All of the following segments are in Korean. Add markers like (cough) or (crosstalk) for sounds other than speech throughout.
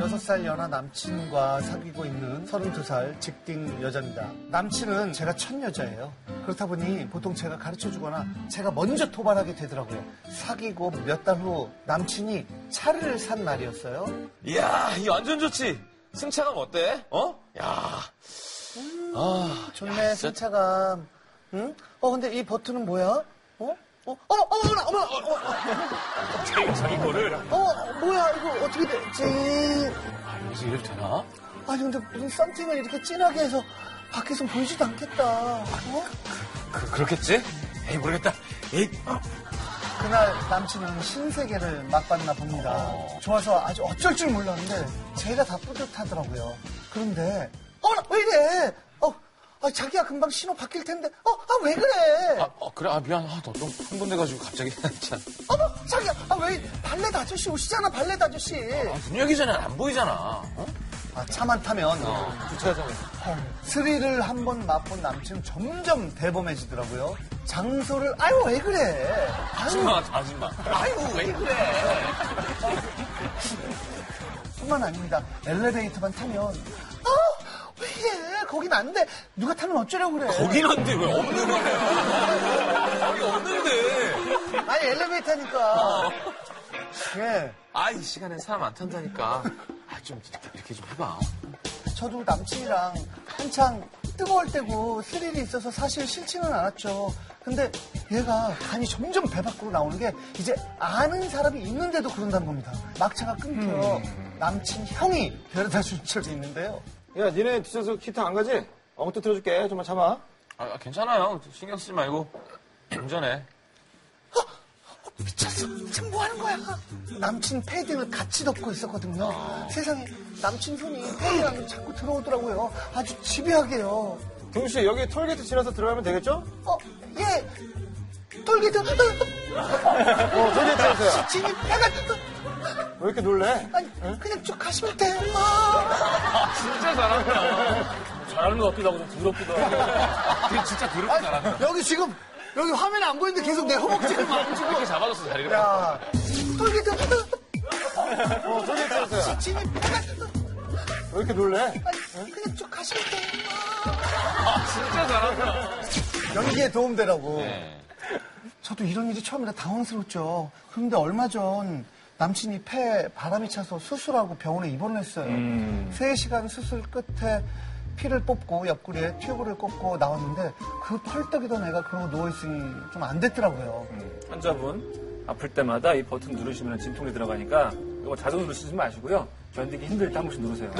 6살 연하 남친과 사귀고 있는 32살 직딩 여자입니다. 남친은 제가 첫 여자예요. 그렇다 보니 보통 제가 가르쳐 주거나 제가 먼저 토발하게 되더라고요. 사귀고 몇 달 후 남친이 차를 산 날이었어요. 이야, 이 완전 좋지. 승차감 어때? 어? 야. 아, 좋네, 야, 진짜. 승차감. 응? 어, 근데 이 버튼은 뭐야? 어? 어? 어머, 어머, 어머나, 어머, 어머, 어머, 제일 자기 거를. 어머, 뭐야, 이거 어떻게 되지? 아, 여기서 이래도 되나? 아니 근데 무슨 썸띵을 이렇게 진하게 해서 밖에서 보이지도 않겠다. 어? 그, 그렇겠지? 에이, 모르겠다. 에이, 아, 그날 남친은 신세계를 맛봤나 봅니다. 좋아서 아주 어쩔 줄 몰랐는데 제가 다 뿌듯하더라고요. 그런데 어머나 왜 이래? 어, 아, 자기야 금방 신호 바뀔 텐데 어, 아, 왜 그래? 아, 아, 그래. 아, 미안. 아, 너 너무 흥분돼가지고 갑자기. (laughs) 참. 어머 자기야 아, 왜 발레 아저씨 오시잖아 발레 아저씨. 아, 분위기잖아. 안 보이잖아. 어? 아, 차만 타면 주차장에. 헐, 스릴을 한 번 맛본 남친은 점점 대범해지더라고요. 장소를 아유 왜 그래? 아유 아줌마, 아줌마. 아이고, 왜 그래. 뿐만 아닙니다. 엘리베이터만 타면 아! 왜 이래? 거긴 안 돼. 누가 타면 어쩌려고 그래. 거긴 한데 왜 없는 거래? 거기 없는데. 아니 엘리베이터니까. 예. 아, 이 시간에 사람 안 탄다니까. 아, 좀 이렇게, 이렇게 좀 해봐. 저도 남친이랑 한창 뜨거울 때고 스릴이 있어서 사실 싫지는 않았죠. 근데 얘가 간이 점점 배 밖으로 나오는 게 이제 아는 사람이 있는데도 그런다는 겁니다. 막차가 끊겨 음. 남친 형이 데려다 준 적이 있는데요. 야, 니네 뒷좌석 히트 안 가지? 엉뚱 틀어줄게. 좀만 참아. 아, 아, 괜찮아요. 신경 쓰지 말고. 운전해. 어, 미쳤어. 지금 뭐 하는 거야? 남친 패딩을 같이 덮고 있었거든요. 세상에 남친 손이 패딩 안에 자꾸 들어오더라고요. 아주 지배하게요. 동씨, 여기 톨게이트 지나서 들어가면 되겠죠? 어, 예. 톨게이트. 어, 톨게이트 지나서야. 진이 배가 뜯어. 왜 이렇게 놀래? 아니, 그냥 쭉 가시면 돼. 아. 진짜 잘한다. 잘하는 것 같기도 하고 좀 부럽기도 하고. 근데 진짜 더럽게 잘한다. 여기 지금, 여기 화면에 안 보이는데 계속 내 허벅지를 막. 이렇게 잡아줬어, 자리를. 야, 톨게이트. 어, 톨게이트 지나서야. 진이 배가 뜯어. 왜 이렇게 놀래? 아니, 그냥 쭉 가시면 돼. 아. 진짜 잘한다. 네. 연기에 도움되라고. 저도 이런 일이 처음이라 당황스러웠죠. 그런데 얼마 전 남친이 폐에 바람이 차서 수술하고 병원에 입원했어요. 음. 3시간 수술 끝에 피를 뽑고 옆구리에 튜브를 꽂고 나왔는데 그 펄떡이던 애가 그러고 누워있으니 좀 안 됐더라고요. 음. 환자분 아플 때마다 이 버튼 누르시면 진통제 들어가니까 이거 자주 누르시지 마시고요. 견디기 힘들 때 한 번씩 누르세요.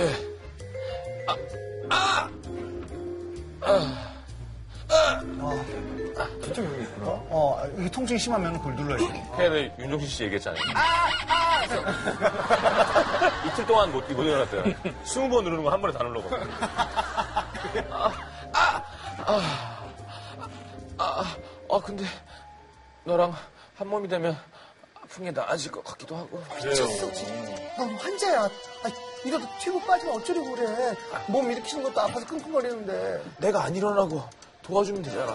어, 아, 이게 통증이 심하면 그걸 눌러야 돼. 그래, 네, 윤종신 씨 얘기했잖아요. 아. 이틀 동안 못, 못 일어났대요. 스무 번 누르는 거 한 번에 다 눌러거든. 아, 근데 너랑 한 몸이 되면 아픈 게 나아질 것 같기도 하고. 미쳤어, 진짜. 넌 환자야. 아, 이러다 튜브 빠지면 어쩌려고 그래. 몸 일으키는 것도 아파서 끙끙거리는데. 내가 안 일어나고 도와주면 되잖아.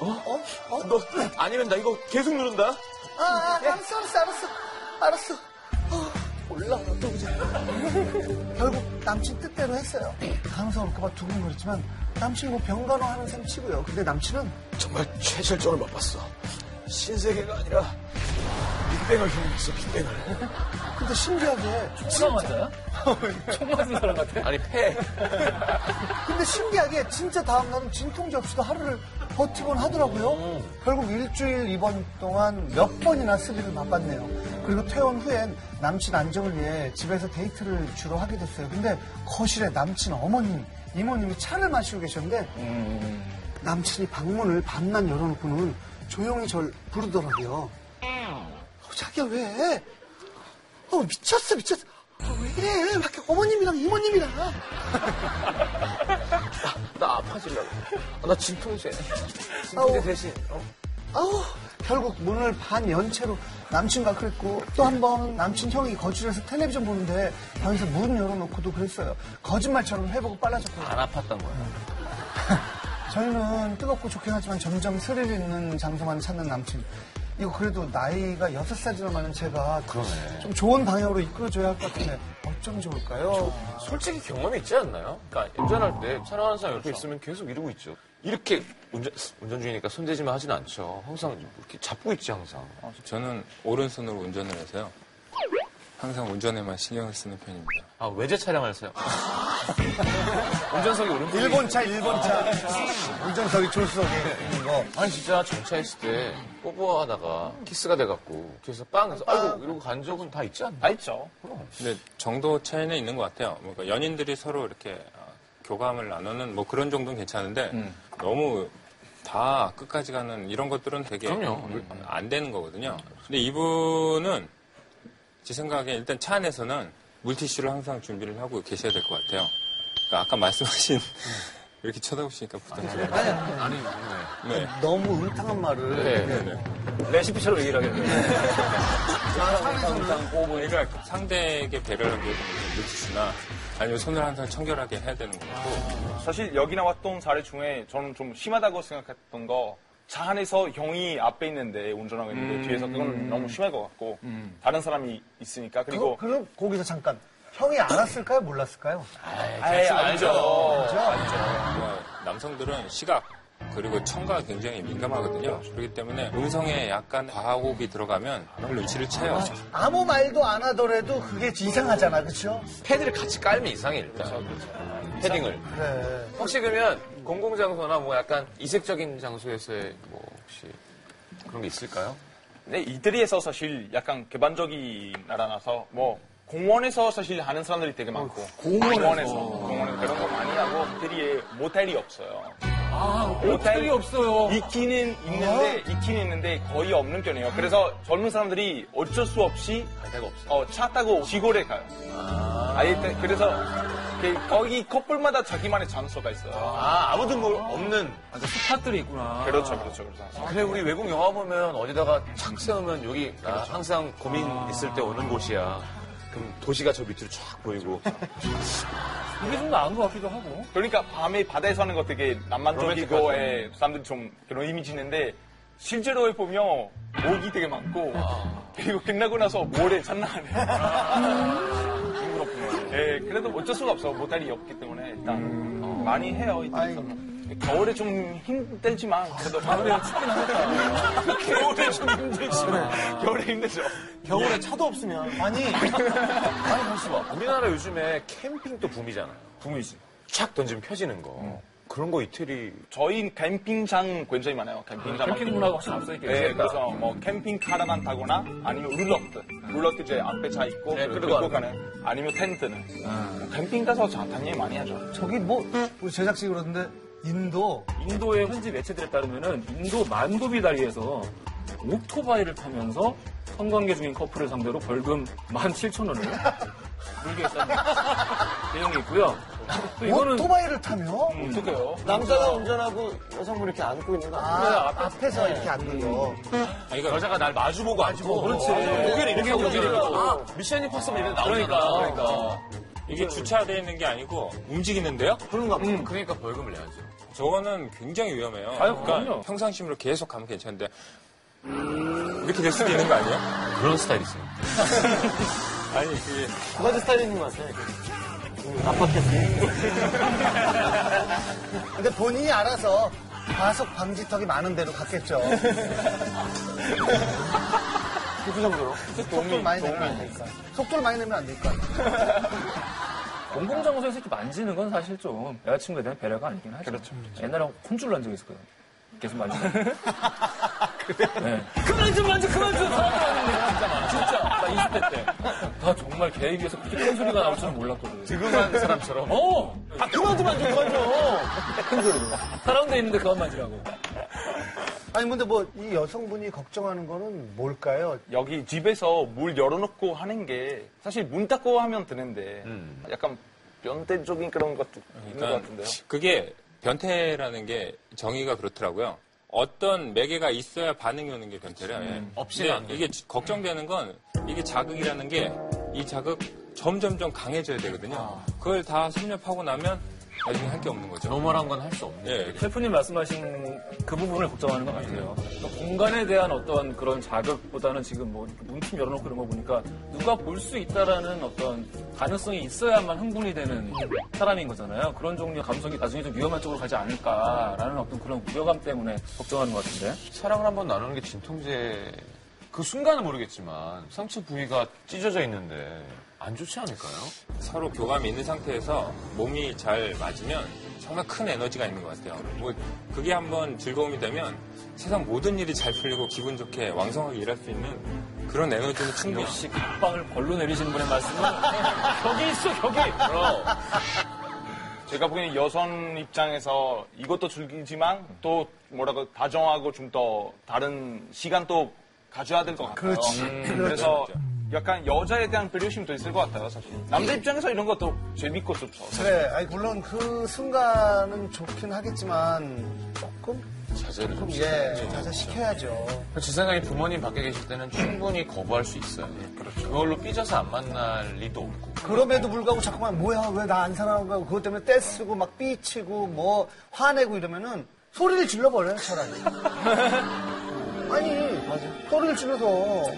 어? 어? 너 아니면 나 이거 계속 누른다. 아, 아, 알았어, 알았어, 알았어. 알았어. 어, 몰라, (laughs) 또 보자. 결국 남친 뜻대로 했어요. 강서 올까봐 두근거렸지만 남친 뭐 병간호 하는 셈 치고요. 근데 남친은 정말 최절정을 맛봤어. 신세계가 아니라 빅뱅을 경험했어, 빅뱅을. 근데 신기하게 총 맞아요? 총 맞은 사람 같아? 아니, 폐. 근데 신기하게 진짜 다음 날은 진통제 없이도 하루를 버티곤 하더라고요. 결국 일주일 입원 동안 몇 번이나 스리를 맛봤네요. 그리고 퇴원 후엔 남친 안정을 위해 집에서 데이트를 주로 하게 됐어요. 근데 거실에 남친 어머님, 이모님이 차를 마시고 계셨는데 남친이 방문을 반만 열어놓고는 조용히 절 부르더라고요. 어, 자기야 왜? 어 미쳤어 미쳤어. 어, 왜 이래? 밖에 어머님이랑 이모님이랑. 나 아파지려고. 아, 나 진통제. 진통제 아우. 대신. 어? 아우 결국 문을 반 연체로 남친과 그랬고 또 한 번 남친 형이 거실에서 텔레비전 보는데 방에서 문 열어놓고도 그랬어요 거짓말처럼 회복이 빨라졌고 안 아팠던 거야. 저희는 뜨겁고 좋긴 하지만 점점 스릴 있는 장소만 찾는 남친 이거 그래도 나이가 여섯 살이나 많은 제가 좀 좋은 방향으로 이끌어줘야 할 것 같은데 어쩜 좋을까요? 솔직히 경험이 있지 않나요? 그러니까 운전할 때 사랑하는 사람 옆에 있으면 계속 이러고 있죠. 이렇게 운전, 운전 중이니까 손대지만 하진 않죠. 항상 이렇게 잡고 있지 항상. 저는 오른손으로 운전을 해서요. 항상 운전에만 신경을 쓰는 편입니다. 아 외제 차량을 (laughs) 써요. 운전석이 오른쪽. 일본차, 일본차. 네. 운전석이 졸속에 있는 거. 아니 진짜 정차했을 때 뽀뽀하다가 키스가 돼갖고 뒤에서 빵 해서 아이고 이러고 간 적은 다 있지 않나? 있죠. 근데 정도 차이는 있는 것 같아요. 그러니까 연인들이 서로 이렇게 아, 교감을 나누는 뭐 그런 정도는 괜찮은데 음. 너무 다 끝까지 가는 이런 것들은 되게 그럼요. 음, 안 되는 거거든요. 근데 이분은 제 생각에 일단 차 안에서는 물티슈를 항상 준비를 하고 계셔야 될 것 같아요. 그러니까 아까 음. 말씀하신 (laughs) 이렇게 쳐다보시니까 부담스러워요. 아니 네. 네. 너무 음탕한 말을. 네. 되게 레시피처럼 얘기를 하겠네요. 그러니까 그 상대에게 배려를 위해서 무슨 물티슈나 아니면 손을 항상 청결하게 해야 되는 것 같고 사실 여기 나왔던 사례 중에 저는 좀 심하다고 생각했던 거 차 안에서 형이 앞에 있는데 운전하고 있는데 뒤에서 음. 그건 너무 심할 것 같고 다른 사람이 있으니까 그리고 그리고 그럼 거기서 잠깐 형이 알았을까요? 몰랐을까요? 아예 알죠. 그러니까 남성들은 시각 그리고 청각 굉장히 민감하거든요. 그렇기 때문에 음성에 약간 과호흡이 들어가면 별로 위치를 채요. 아무 말도 안 하더라도 그게 이상하잖아, 그렇죠? 패드를 같이 깔면 이상해 일단. 패딩을. 그래. 혹시 그러면 공공장소나 뭐 약간 이색적인 장소에서의 뭐 혹시 그런 게 있을까요? 근데 네, 이태리에서 사실 약간 개방적인 나라라서 뭐 공원에서 사실 하는 사람들이 되게 많고 아, 공원에서 공원에서 그런 거 많이 하고 이태리에 모텔이 없어요. 아, 모텔이 없어요. 아. 있기는 있는데 있기는 있는데 거의 없는 편이에요. 그래서 젊은 사람들이 어쩔 수 없이 데가 없어. 어, 차 타고 시골에 가요. 아, 예 그래서 그- 거기 커플마다 자기만의 장소가 있어요. 아 아무도 뭐 없는. 그 스팟들이 있구나. 그렇죠, 그렇죠, 그렇죠. 그래 우리 외국 영화 보면 어디다가 착 세우면 여기 나 항상 고민 있을 때 오는 곳이야. 그럼 도시가 저 밑으로 쫙 보이고. 이게 좀 나은 것 같기도 하고. 그러니까 밤에 바다에서 하는 거 되게 로맨틱하죠. 낭만적이고 예, 사람들이 좀 그런 이미지 있는데 실제로 해보면 목이 되게 많고 그리고 끝나고 나서 모래 장난 아니에요. 징그럽군요. 예, 그래도 어쩔 수가 없어. 모달이 없기 때문에 일단 어, 많이 해요. 이때서 겨울에 좀 힘들지만 그래도 겨울에 춥긴 하다. 겨울에 좀 힘들지. 겨울에 힘들죠. 겨울에 차도 없으면. 아니, 아니 잠시만. 우리나라 요즘에 캠핑도 붐이잖아요. 붐이지. 촥 던지면 펴지는 거. 그런 거 이태리 저희 캠핑장 굉장히 많아요. 캠핑장. 캠핑 문화가 훨씬 앞서 있겠지. 네, 그래서 뭐 캠핑 카라반 타거나 아니면 룰러트, 룰러트 이제 앞에 차 있고 네, 그리고 끌고 들고 가는 아니면 텐트는 뭐 캠핑 가서 자- 당연히 많이 하죠. 저기 뭐, 우리 제작진 그러는데, 인도. 어? 인도의 현지 매체들에 따르면은 인도 만두비 다리에서 오토바이를 타면서 성관계 중인 커플을 상대로 벌금 17,000원을 물게 했다는 내용이 있고요. 또 이거는 오토바이를 타며? 음, 어떡해요? 남자가 운전하고 여성분 이렇게 안고 있는 거 아니야? 아, 앞에서 네. 이렇게 앉는 거. 아니, 그러니까 여자가 날 마주보고 앉고 그렇지. 고개를 이렇게 하고 고개를 있잖아요. 하고. 아, 미션 임파서블 이런 나오니까 그러니까 이게 주차되어 있는 게 아니고 움직이는데요? 음, 그러니까 벌금을 내야죠 저거는 굉장히 위험해요. 아유, 그러니까 그럼요. 평상심으로 계속 가면 괜찮은데 이렇게 될 수도 있는 거 아니에요? 그런 스타일이 있어요 아니 그게 두 가지 스타일이 있는 것 같아. 압박했어. 근데 본인이 알아서 과속 방지턱이 많은 데로 (laughs) 갔겠죠. 부정도로. 속도를 많이 내면 안 되니까. 속도를 많이 내면 안 되니까. 공공장소에서 이렇게 만지는 건 사실 좀 여자친구에 대한 배려가 아니긴 하죠. 그렇죠. 옛날에 혼쭐 난 적이 있을 거예요. 계속 만지고. 네. 그만 좀 만져, 그만 좀! 사람들한테 진짜 막, 진짜. 나 20대 때. 나 정말 개 입에서 그렇게 큰 소리가 나올 줄은 몰랐거든. 지금한 사람처럼 어! 아, 그만 좀 만져, 그만 좀! 큰 소리로. 사람도 있는데 그만 만지라고. 아니, 근데 뭐, 이 여성분이 걱정하는 거는 뭘까요? 여기 집에서 물 열어놓고 하는 게 사실 문 닫고 하면 되는데 약간 변태적인 그런 것도 있는 그러니까 것 같은데요. 어, 그게 변태라는 게 정의가 그렇더라고요. 어떤 매개가 있어야 반응이 오는 게 변태래요. 예. 음, 없이는 안 근데 이게 지- 걱정되는 건 이게 자극이라는 게 이 자극 점점점 강해져야 되거든요. 그걸 다 섭렵하고 나면 나중에 할 게 없는 거죠. 아. 노멀한 건 할 수 없네. 예, 셰프님 말씀하신 그 부분을 걱정하는 것 같아요. 그러니까 공간에 대한 어떤 그런 자극보다는 지금 뭐 이렇게 문틈 열어놓고 이런 거 보니까 누가 볼 수 있다라는 어떤 가능성이 있어야만 흥분이 되는 사람인 거잖아요. 그런 종류의 감성이 나중에 좀 위험한 쪽으로 가지 않을까라는 어떤 그런 우려감 때문에 걱정하는 것 같은데. 사랑을 한번 나누는 게 진통제 그 순간은 모르겠지만 상처 부위가 찢어져 있는데 안 좋지 않을까요? 서로 교감이 있는 상태에서 몸이 잘 맞으면 정말 큰 에너지가 있는 것 같아요. 뭐 그게 한번 즐거움이 되면 세상 모든 일이 잘 풀리고 기분 좋게 왕성하게 일할 수 있는 그런 에너지는 충분히 역시 각방을 벌로 내리시는 분의 (laughs) 말씀은 여기 있어 여기. 제가 보기에는 여성 입장에서 이것도 즐기지만 또 뭐라고 다정하고 좀 더 다른 시간 또 가져야 될 것 같아요. 그렇지. 그렇죠. 래서 약간 여자에 대한 배려심도 있을 것 같아요, 사실. 남자 입장에서 이런 것도 재밌고 좋죠. 그래, 네, 아니, 물론 그 순간은 좋긴 하겠지만, 조금, 자제를 좀 조금, 시켜야 예, 되죠. 자제시켜야죠. 제 생각에 부모님 밖에 계실 때는 충분히 거부할 수 있어요. 그렇죠. 그걸로 삐져서 안 만날 리도 없고. 그럼에도 불구하고 자꾸만 뭐야 왜 나 안 사랑하고 그것 때문에 떼쓰고 막 삐치고 뭐 화내고 이러면은 소리를 질러버려요 (laughs) 차라리 아니 소리를 질러서 뭐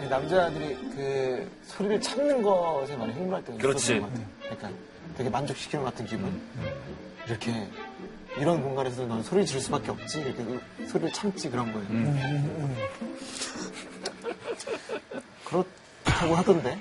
네, 남자들이 그 소리를 찾는 것에 많이 흥분할 때가 그렇지. 있었던 것 같아요. 약간 되게 만족시키는 것 같은 기분. 음, 이렇게 이런 공간에서 넌 소리 지를 수밖에 없지. 이렇게 그 소리를 참지 그런 거예요. 그렇다고 하던데.